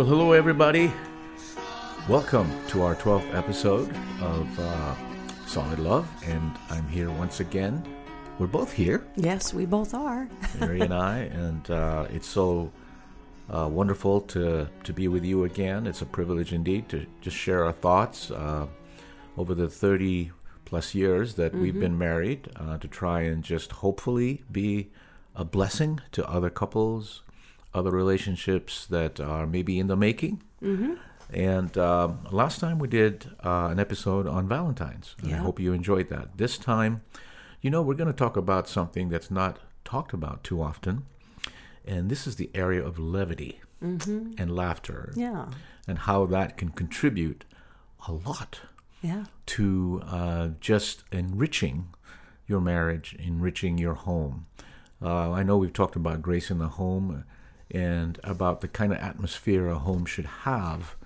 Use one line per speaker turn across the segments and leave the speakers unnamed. everybody. Welcome to our 12th episode of uh, Solid Love, and I'm here once again. We're both here,
Yes, we both are.
Mary and I, and uh, it's so uh, wonderful to, to be with you again. It's a privilege indeed to just share our thoughts uh, over the 30 plus years that we've been married uh, to try and just hopefully be a blessing to other couples, other relationships that are maybe in the making. And um, last time we did uh, an episode on Valentine's. And I
Yeah.
hope you enjoyed that. This time, you know, we're going to talk about something that's not talked about too often. And this is the area of levity and laughter
Mm-hmm. Yeah.
and how that can contribute a lot
Yeah.
to uh, just enriching your marriage, enriching your home. Uh, I know we've talked about grace in the home and about the kind of atmosphere a home should have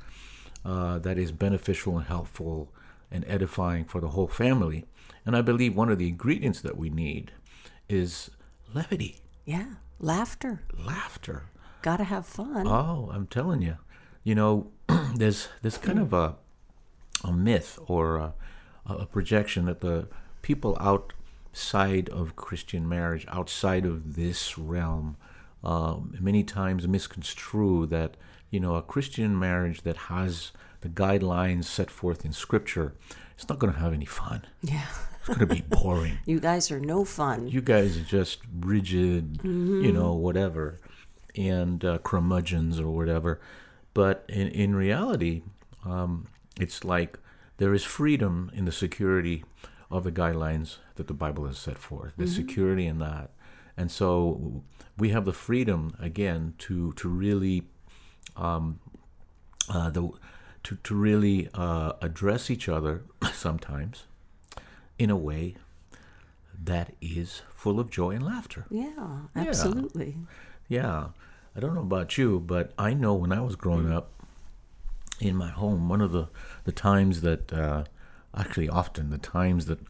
uh, that is beneficial and helpful and edifying for the whole family. And I believe one of the ingredients that we need is levity,
Yeah. Laughter.
laughter.
Got to have fun.
Oh, I'm telling you, you know, there's there's kind of a a myth or a, a projection that the people outside of Christian marriage, outside of this realm, um, many times misconstrue that you know a Christian marriage that has the guidelines set forth in Scripture, it's not going to have any fun.
yeah.
It's going to be boring
You guys are no fun.
you guys are just rigid, you know, whatever, and uh, curmudgeons or whatever. But in, in reality, um, it's like there is freedom in the security of the guidelines that the Bible has set forth, the security in that. And so we have the freedom, again, to, to really um, uh, the to to really uh, address each other sometimes in a way that is full of joy and laughter.
yeah. Absolutely.
Yeah, I don't know about you, but I know when I was growing up in my home, one of the the times that uh, actually often the times that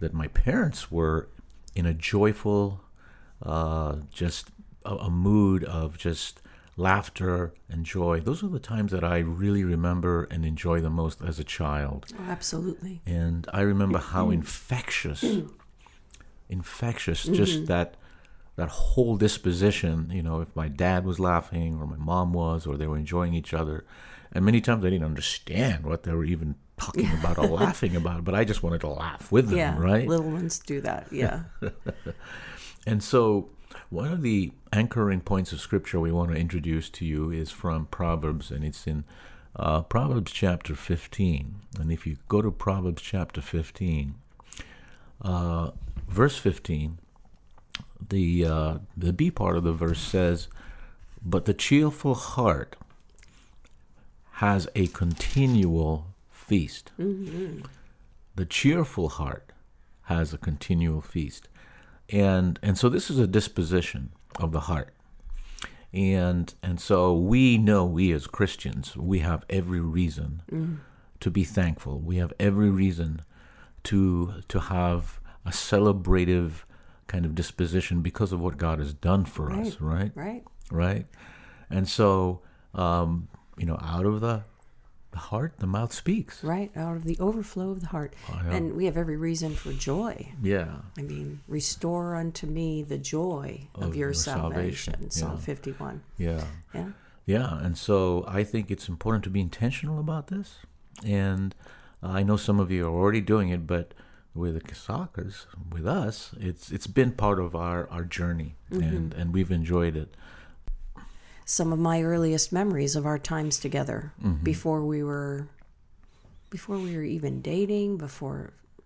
that my parents were in a joyful, uh, just a, a mood of just laughter and joy. Those are the times that I really remember and enjoy the most as a child.
Oh, absolutely.
And I remember how infectious, infectious, just that that whole disposition. You know, if my dad was laughing or my mom was, or they were enjoying each other, and many times I didn't understand what they were even talking about or laughing about, but I just wanted to laugh with them,
Yeah.
right?
Little ones do that. Yeah.
And so, one of the anchoring points of scripture we want to introduce to you is from Proverbs, and it's in uh, Proverbs chapter 15. And if you go to Proverbs chapter 15, uh, verse 15, the uh, the B part of the verse says, "But the cheerful heart has a continual feast." The cheerful heart has a continual feast, and and so this is a disposition of the heart, and and so we know we as Christians we have every reason to be thankful. We have every reason to to have a celebrative kind of disposition because of what God has done for us, right?
right.
Right? And so um, you know, out of the the heart, the mouth speaks.
Right. Out of the overflow of the heart. And we have every reason for joy.
Yeah.
I mean, restore unto me the joy of, your,
your
salvation.
salvation,
Psalm
yeah.
51.
Yeah.
Yeah.
Yeah, and so I think it's important to be intentional about this. And I know some of you are already doing it, but with the Kasakas, with us, it's it's been part of our our journey,
Mm-hmm.
and and we've enjoyed it.
some of my earliest memories of our times together before we were before we were even dating before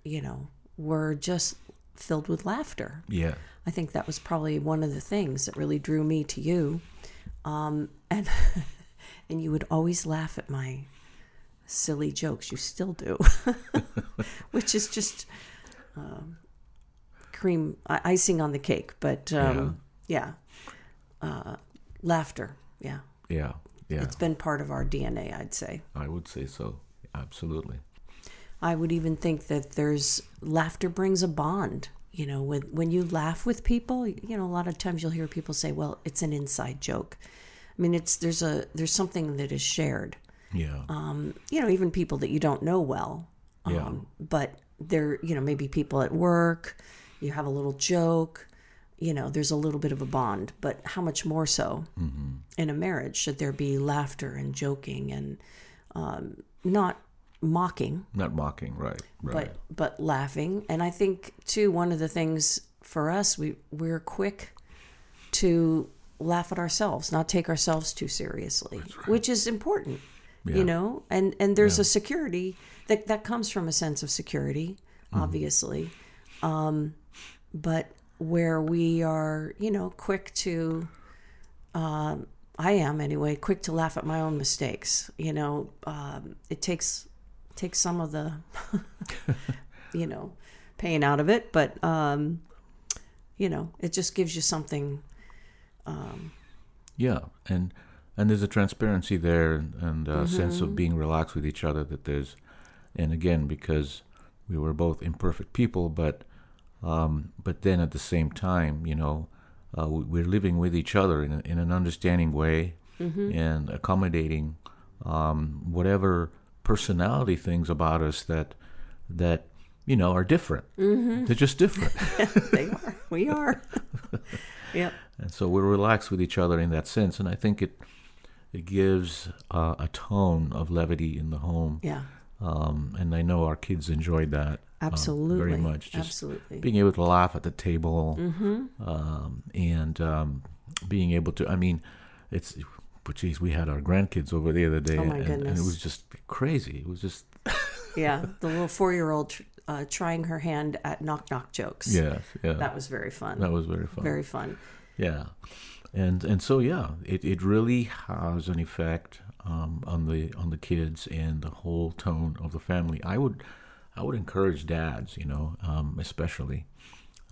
you know were just filled with laughter
Yeah,
i think that was probably one of the things that really drew me to you um, and and you would always laugh at my silly jokes you still do which is just um, cream i- icing on the cake but um, yeah, Uh, laughter yeah
yeah, yeah.
it's been part of our DNA, I'd say.
I would say so. Absolutely.
I would even think that there's laughter brings a bond. You know, when when you laugh with people, you know, a lot of times you'll hear people say, "Well, it's an inside joke." I mean, it's there's a there's something that is shared.
Yeah.
Um, you know, even people that you don't know well. Um,
Yeah.
But they're you know maybe people at work. You have a little joke. You know, there's a little bit of a bond, but how much more so in a marriage should there be laughter and joking and um, not mocking?
Not mocking, right? Right.
but but laughing and i think too one of the things for us we we're quick to laugh at ourselves not take ourselves too seriously which is important
Yeah.
you know and and there's a security that that comes from a sense of security obviously um but where we are you know quick to um, I am anyway, quick to laugh at my own mistakes. You know, um, it takes takes some of the, you know, pain out of it, but um, you know, it just gives you something. Um,
Yeah, and and there's a transparency there and, and a sense of being relaxed with each other. That there's, and again, because we were both imperfect people, but um, but then at the same time, you know, uh, we- we're living with each other in, a, in an understanding way and accommodating um, whatever personality things about us that that you know are different. They're just different.
They are, we are. yep.
and so we're relaxed with each other in that sense and i think it it gives uh, a tone of levity in the home
Yeah.
um, and i know our kids enjoyed that um,
Absolutely.
very much just
Absolutely. Mm-hmm.
being able to laugh at the table um, and um, being able to i mean it's but geez we had our grandkids over the other day
Oh, my
and, and it
goodness.
was just crazy it was just
yeah. The little four year old uh, trying her hand at knock knock jokes.
yes yeah
That was very fun.
that was very fun
very fun.
Yeah, and and so yeah, it, it really has an effect um, on the on the kids and the whole tone of the family. I would I would encourage dads, you know, um, especially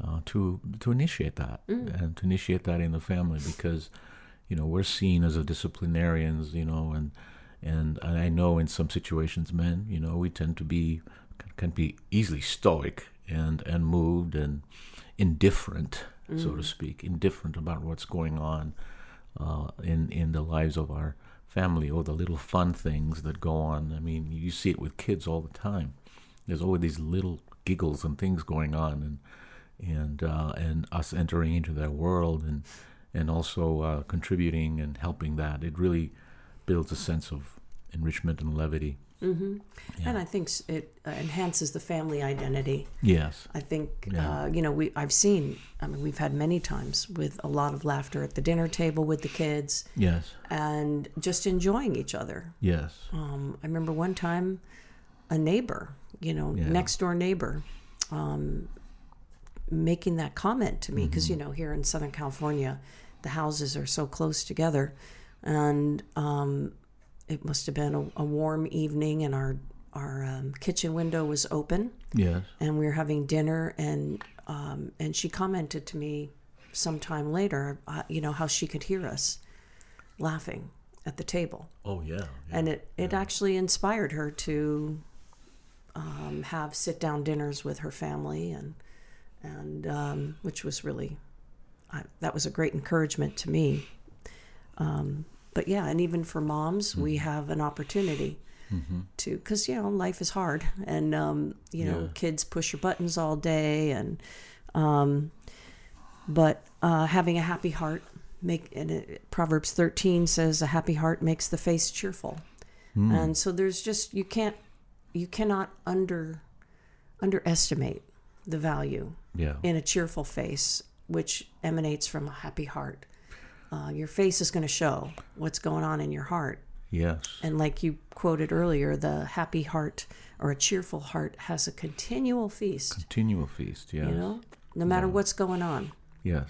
uh, to to initiate that and to initiate that in the family because you know we're seen as a disciplinarians, you know, and and and I know in some situations, men, you know, we tend to be can, can be easily stoic and and moved and indifferent, so to speak, indifferent about what's going on uh, in in the lives of our family or the little fun things that go on. I mean, you see it with kids all the time. There's always these little giggles and things going on, and and uh, and us entering into their world and and also uh, contributing and helping that. It really builds a sense of enrichment and levity.
And I think s- it uh, enhances the family identity.
Yes.
I think
Yeah.
uh, you know we I've seen I mean we've had many times with a lot of laughter at the dinner table with the kids
Yes.
and just enjoying each other.
Yes.
Um, I remember one time a neighbor, you know,
Yeah.
next door neighbor, um, making that comment to me because you know here in Southern California, the houses are so close together, and um, it must have been a, a warm evening and our our um, kitchen window was open
Yes.
and we were having dinner and um, and she commented to me sometime later uh, you know how she could hear us laughing at the table
Oh yeah.
and it it actually inspired her to um, have sit down dinners with her family and and um, which was really I, that was a great encouragement to me um, but yeah and even for moms we have an opportunity to because you know life is hard and um, you
Yeah.
know kids push your buttons all day and um, but uh, having a happy heart make and it, proverbs 13 says a happy heart makes the face cheerful and so there's just you can't you cannot under underestimate the value
Yeah.
in a cheerful face which emanates from a happy heart uh, your face is going to show what's going on in your heart
Yes.
and like you quoted earlier, the happy heart or a cheerful heart has a continual feast,
Continual feast. Yes.
you know? No matter what's going on,
Yes.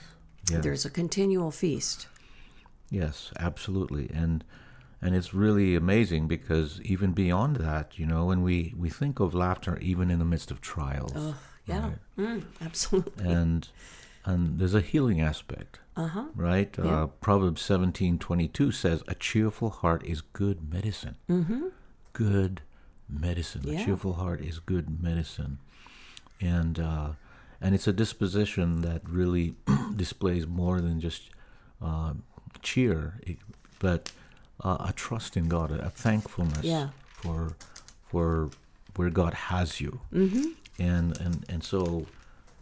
Yes.
there's a continual feast.
Yes, absolutely, and and it's really amazing because even beyond that, you know, when we we think of laughter even in the midst of trials,
Yeah. Mm, absolutely.
and and there's a healing aspect, uh-huh. right? Uh, Proverbs seventeen twenty two says, "A cheerful heart is good medicine." Mm-hmm. Good medicine. A
Yeah.
cheerful heart is good medicine, and uh, and it's a disposition that really displays more than just uh, cheer. It but uh, a trust in God, a thankfulness
Yeah.
for for where God has you,
Mm-hmm.
and and and so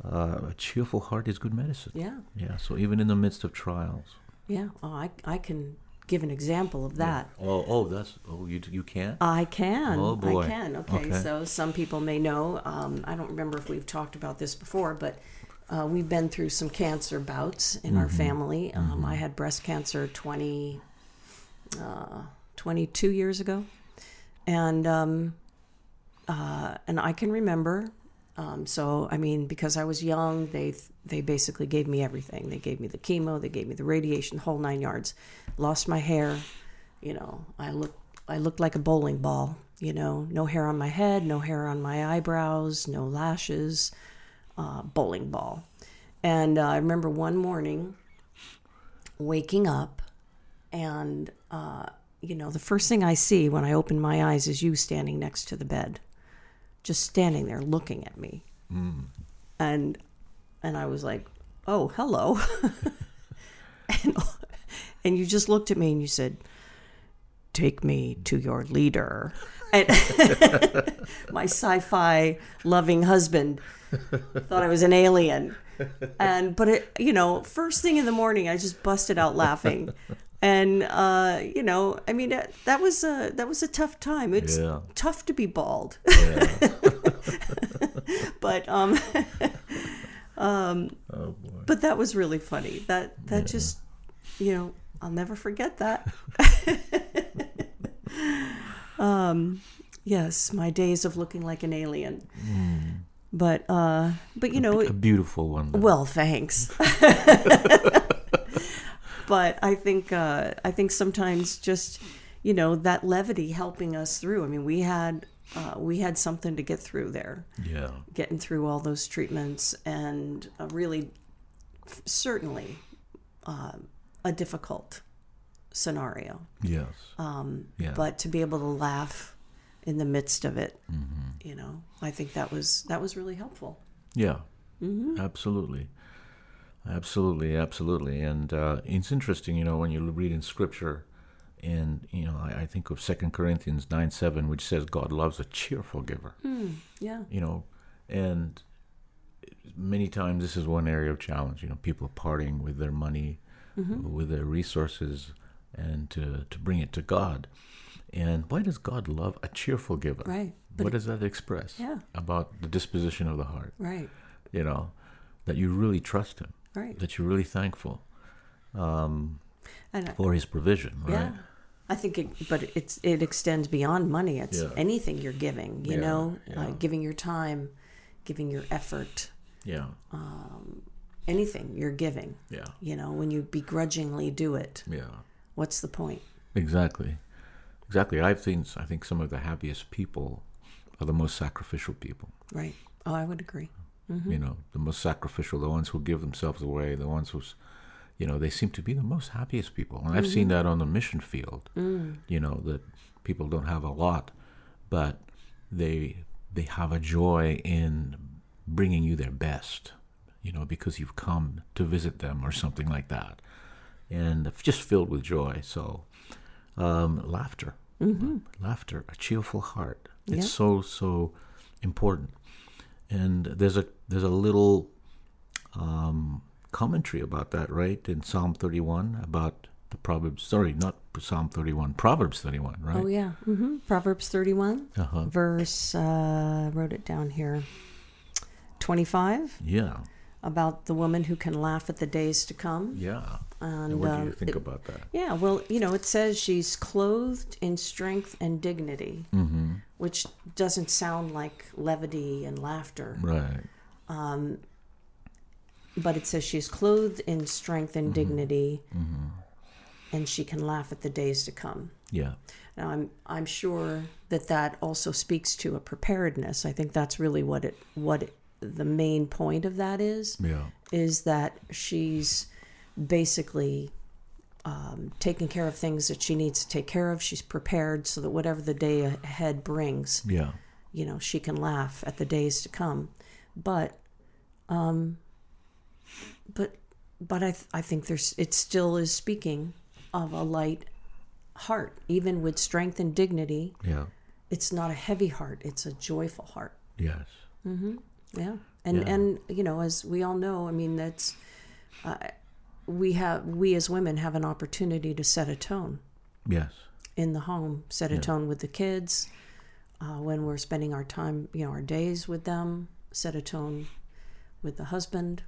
uh, a cheerful heart is good medicine.
Yeah.
Yeah, so even in the midst of trials.
Yeah. Oh, I, I can give an example of that.
Oh, oh, that's oh, you you can't.
I can.
Oh, boy.
I can. Okay.
Okay.
So some people may know. Um, I don't remember if we've talked about this before, but uh, we've been through some cancer bouts in
Mm-hmm.
our family. Um, I had breast cancer 20, uh, 22 years ago, and um, uh, and I can remember. Um, so I mean, because I was young, they they basically gave me everything. They gave me the chemo, they gave me the radiation, the whole nine yards. Lost my hair, you know. I looked I looked like a bowling ball, you know. No hair on my head, no hair on my eyebrows, no lashes, uh, bowling ball. And uh, I remember one morning waking up, and uh, you know, the first thing I see when I open my eyes is you standing next to the bed just standing there looking at me. And and I was like, "Oh, hello." and and you just looked at me and you said, "Take me to your leader." And my sci-fi loving husband thought I was an alien. And but it, you know, first thing in the morning, I just busted out laughing. And uh, you know, I mean, that, that was a that was a tough time. It's
Yeah.
tough to be bald
Yeah.
but um
oh boy.
but that was really funny that that just you know i'll never forget that um Um, yes my days of looking like an alien but uh but you know
A beautiful one. though.
well, thanks. but I think uh, I think sometimes just you know that levity helping us through. I mean, we had uh, we had something to get through there,
yeah.
getting through all those treatments, and uh, really, f- certainly, uh, a difficult scenario.
Yes. Um, yeah.
But to be able to laugh in the midst of it,
Mm-hmm.
you know, I think that was that was really helpful.
Yeah,
Mm-hmm.
absolutely, absolutely, absolutely. And uh, it's interesting, you know, when you read in Scripture, and you know, I, I think of Second Corinthians nine seven, which says God loves a cheerful giver.
Yeah.
You know, and many times this is one area of challenge. You know, people are parting with their money,
Mm-hmm.
with their resources, and to to bring it to God. And why does God love a cheerful giver?
Right.
What does that express
Yeah.
about the disposition of the heart?
Right.
you know, that you really trust him,
Right.
that you're really thankful um,
And I-
for his provision, right?
Yeah. I think it, but it's it extends beyond money. It's
Yeah.
anything you're giving, you
Yeah,
know,
yeah.
Uh, giving your time, giving your effort,
Yeah.
um, anything you're giving.
Yeah.
You know, when you begrudgingly do it,
Yeah.
what's the point?
Exactly. Exactly. I've seen I think some of the happiest people are the most sacrificial people.
Right. Mm-hmm. Oh, I would agree.
You know, the most sacrificial, the ones who give themselves away, the ones who's you know, they seem to be the most happiest people. And I've seen that on the mission field.
Mm.
You know, that people don't have a lot, but they they have a joy in bringing you their best, you know, because you've come to visit them or something like that. And it's just filled with joy. So, um, laughter, Mm-hmm. laughter, a cheerful heart. It's
Yeah.
so so important. And there's a there's a little um, commentary about that, right? In Psalm 31 about the Proverbs. Sorry, not Psalm 31. Proverbs 31, right?
Oh yeah. hmm Proverbs 31
Uh-huh.
verse uh wrote it down here. 25
Yeah.
about the woman who can laugh at the days to come.
Yeah.
And,
what do
um,
you think about that?
Yeah, well, you know, it says she's clothed in strength and dignity,
Mm-hmm.
which doesn't sound like levity and laughter,
Right.
but it says she's clothed in strength and dignity, and she can laugh at the days to come.
Yeah.
Now, I'm I'm sure that that also speaks to a preparedness. I think that's really what it what it, the main point of that is
Yeah.
is that she's basically um, taking care of things that she needs to take care of. She's prepared so that whatever the day ahead brings,
Yeah.
you know, she can laugh at the days to come. But, um, but, but I, th- I think there's it still is speaking of a light heart, even with strength and dignity.
Yeah.
It's not a heavy heart, it's a joyful heart.
Yes.
Yeah. And
Yeah.
and you know, as we all know, I mean that's uh, we have we as women have an opportunity to set a tone
Yes.
in the home, set a tone with the kids uh, when we're spending our time, you know, our days with them, set a tone with the husband.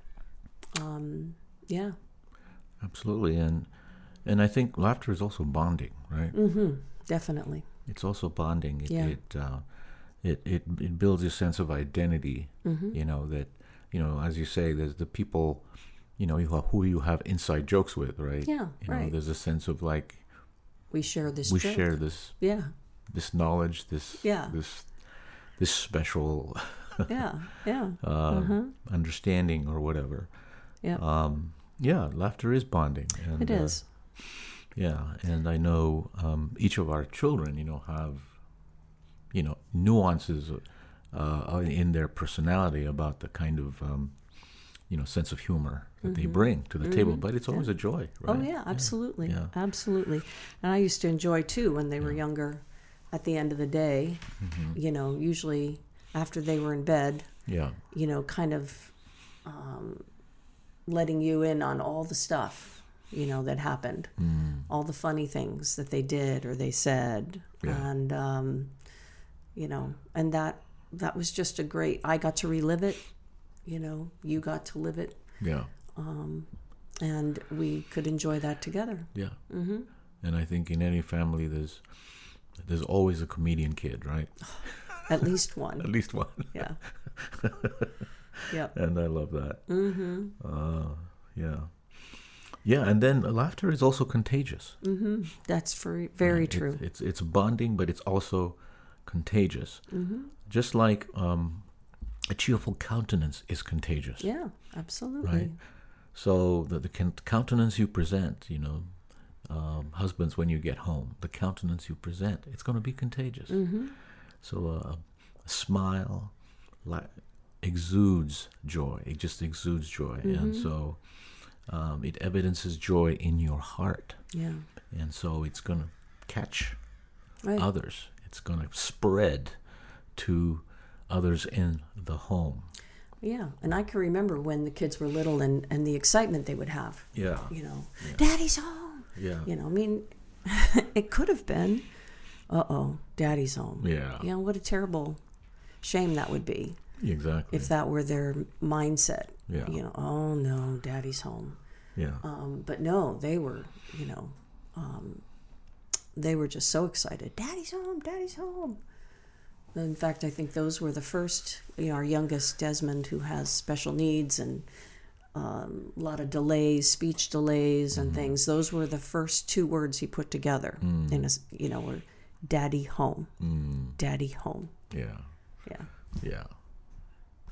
Um, yeah.
Absolutely. And and I think laughter is also bonding, right?
Definitely.
It's also bonding. It
Yeah.
it, uh, it it it builds a sense of identity.
Mm-hmm.
You know that you know as you say, there's the people, you know, you have, who you have inside jokes with, right?
Yeah,
You know,
right.
there's a sense of like
We share this.
we
joke.
share this
Yeah,
this knowledge, this
Yeah.
this this special
yeah, yeah, Uh-huh.
uh, understanding or whatever.
Mm-hmm. yeah.
Um, yeah, laughter is bonding. And,
it
uh,
is.
Yeah, and I know um, each of our children, you know, have, you know, nuances uh, in their personality about the kind of, um, you know, sense of humor that they bring to the table. But it's always a joy, right?
Oh yeah, absolutely,
yeah.
absolutely. And I used to enjoy too when they were younger. At the end of the day,
Mm-hmm.
you know, usually after they were in bed,
Yeah.
you know, kind of um, letting you in on all the stuff, you know, that happened, all the funny things that they did or they said,
Yeah.
and um, you know, and that that was just a great. I got to relive it, you know, you got to live it, um,
Yeah.
and we could enjoy that together.
Yeah. Mm-hmm. And I think in any family, there's there's always a comedian kid, right?
At least one,
At least one.
yeah. Yep.
and I love that. Mm-hmm. yeah. Yeah, and then laughter is also contagious.
That's for, very
It's-
true.
It's, it's bonding, but it's also contagious.
Mm-hmm,
Just like um, a cheerful countenance is contagious,
yeah, absolutely.
right? So the, the con- countenance you present, you know, um, husbands, when you get home, the countenance you present, it's going to be contagious.
Mm. Mm-hmm,
So uh, a smile like, exudes joy. It just exudes joy,
Mm-hmm.
and so um, it evidences joy in your heart,
Yeah.
and so it's going to catch
Right.
others. It's going to spread to others in the home.
Yeah, and I can remember when the kids were little and, and the excitement they would have.
Yeah.
You know, Daddy's home.
Yeah.
You know, I mean, it could have been, uh oh, Daddy's home.
Yeah.
You know, what a terrible shame that would be
Exactly.
if that were their mindset.
Yeah.
You know, oh no, Daddy's home.
yeah.
Um, but no, they were, you know, um, they were just so excited. Daddy's home, Daddy's home. In fact, I think those were the first, you know, our youngest Desmond, who has special needs and um, a lot of delays, speech delays
Mm-hmm.
and things. Those were the first two words he put together
Mm.
in his, you know, were daddy home, daddy home.
yeah.
Yeah.
Yeah.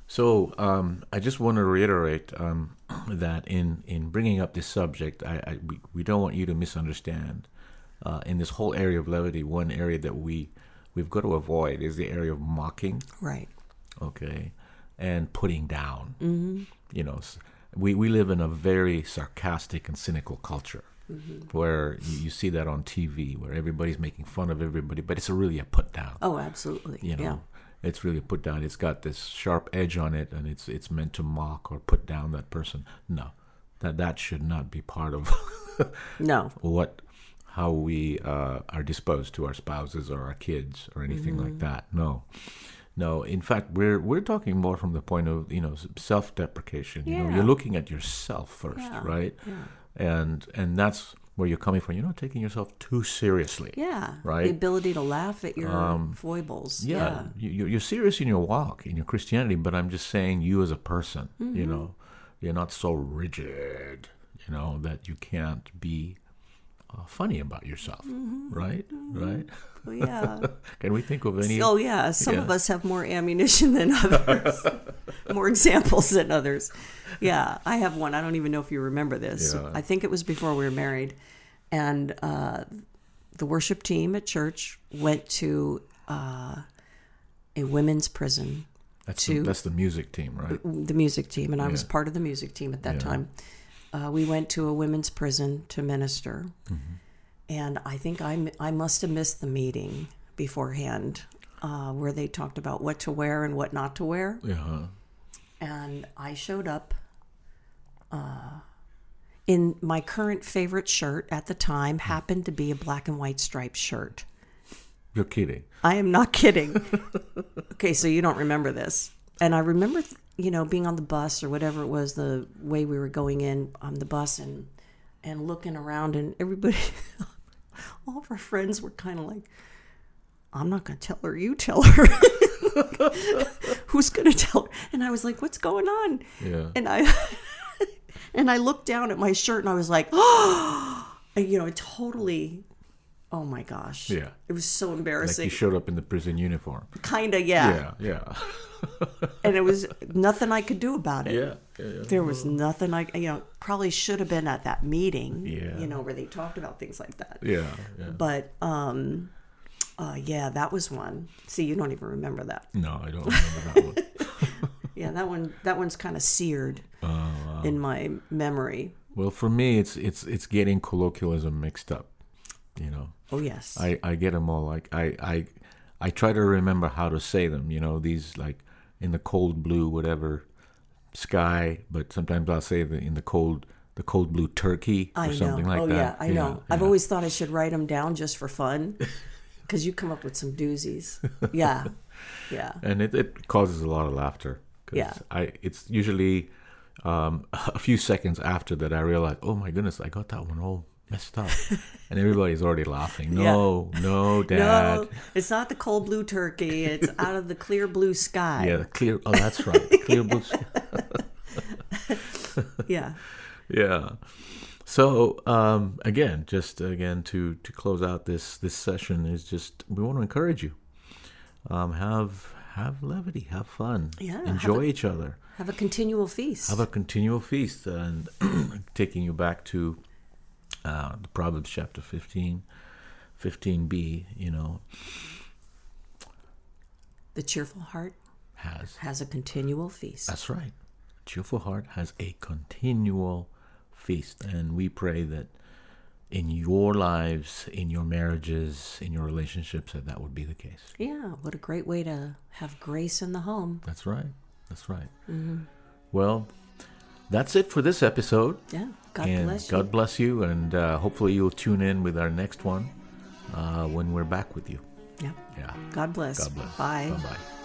So um, I just want to reiterate um, that in, in bringing up this subject, I, I, we, we don't want you to misunderstand. Uh, in this whole area of levity, one area that we we've got to avoid is the area of mocking.
Right.
okay, and putting down.
Mm-hmm.
You know, s- we, we live in a very sarcastic and cynical culture
Mm-hmm.
where you, you see that on TV, where everybody's making fun of everybody, but it's really a put down.
Oh, absolutely.
You know,
Yeah.
it's really a put down. It's got this sharp edge on it, and it's it's meant to mock or put down that person. No, that that should not be part of
No.
what how we uh, are disposed to our spouses or our kids or anything
Mm-hmm.
like that. No, no. In fact, we're we're talking more from the point of you know self deprecation. You know,
Yeah.
you're looking at yourself first, right? And and that's where you're coming from. You're not taking yourself too seriously.
Yeah.
Right. Um,
The ability to laugh at your foibles.
Yeah,
yeah.
You, you- you're serious in your walk in your Christianity, but I'm just saying you as a person.
Mm-hmm.
You know, you're not so rigid. You know that you can't be uh, funny about yourself,
Mm-hmm.
right? Right.
Well, Oh, yeah.
Can we think of any?
Oh, yeah. Some of
Yeah.
us have more ammunition than others, more examples than others. Yeah. I have one. I don't even know if you remember this.
Yeah.
I think it was before we were married. And uh, the worship team at church went to uh, a women's prison,
that's, the,
two.
that's the music team, right?
the music team. And I was
Yeah.
part of the music team at that time. Uh, we went to a women's prison to minister. and I think I I must have missed the meeting beforehand uh, where they talked about what to wear and what not to wear,
Yeah.
and I showed up uh, in my current favorite shirt at the time happened to be a black and white striped shirt.
You're kidding.
I am not kidding. okay, so you don't remember this. And I remember, you know, being on the bus or whatever it was, the way we were going in on the bus and and looking around and everybody all of our friends were kind of like I'm not going to tell her, you tell her. Who's going to tell her? And I was like, what's going on?
Yeah.
and I and I looked down at my shirt and I was like, oh, you know, it totally. Oh my gosh!
Yeah.
it was so
like you
embarrassing.
showed up in the prison uniform.
Kinda, yeah.
Yeah. Yeah.
And it was nothing I could do about it.
Yeah. Yeah. yeah.
There was nothing I, you know, probably should have been at that meeting.
Yeah.
you know, where they talked about things like that.
Yeah. yeah.
But um, uh, yeah, that was one. See, you don't even remember that.
No, I don't remember that one.
Yeah, that one. That one's kind of seared in my memory.
Uh, Well, for me, it's it's it's getting colloquialism mixed up. You know,
Oh yes.
I I get them all like I I I try to remember how to say them. You know, these like in the cold blue whatever sky, but sometimes I'll say the, in the cold the cold blue turkey or
I
something
know.
like
oh,
that.
yeah, I know. I've
yeah.
always thought I should write them down just for fun because you come up with some doozies. Yeah. Yeah.
and it, it causes a lot of laughter. 'cause
Yeah.
I it's usually um, a few seconds after that I realize, oh my goodness, I got that one all messed up, and everybody's already laughing.
Yeah.
No, no, dad.
No, it's not the cold blue turkey. It's out of the clear blue sky.
Yeah, the clear. Oh, that's right, the clear blue. sky.
Yeah.
Yeah. So um, again, just again to to close out this this session is just we want to encourage you. Um, have have levity, have fun,
Yeah, have
enjoy each other.
Have a continual feast.
Have a continual feast, and taking you back to uh, the Proverbs chapter 15, 15b, you know,
the cheerful heart
has.
has a continual feast.
That's right. Cheerful heart has a continual feast, and we pray that in your lives, in your marriages, in your relationships, that that would be the case.
yeah. What a great way to have grace in the home.
That's right. That's right. Well, that's it for this episode.
Yeah. God
and
bless you.
God bless you, and uh, hopefully you'll tune in with our next one uh, when we're back with you.
yeah.
Yeah.
God bless.
God bless.
Bye.
Bye bye.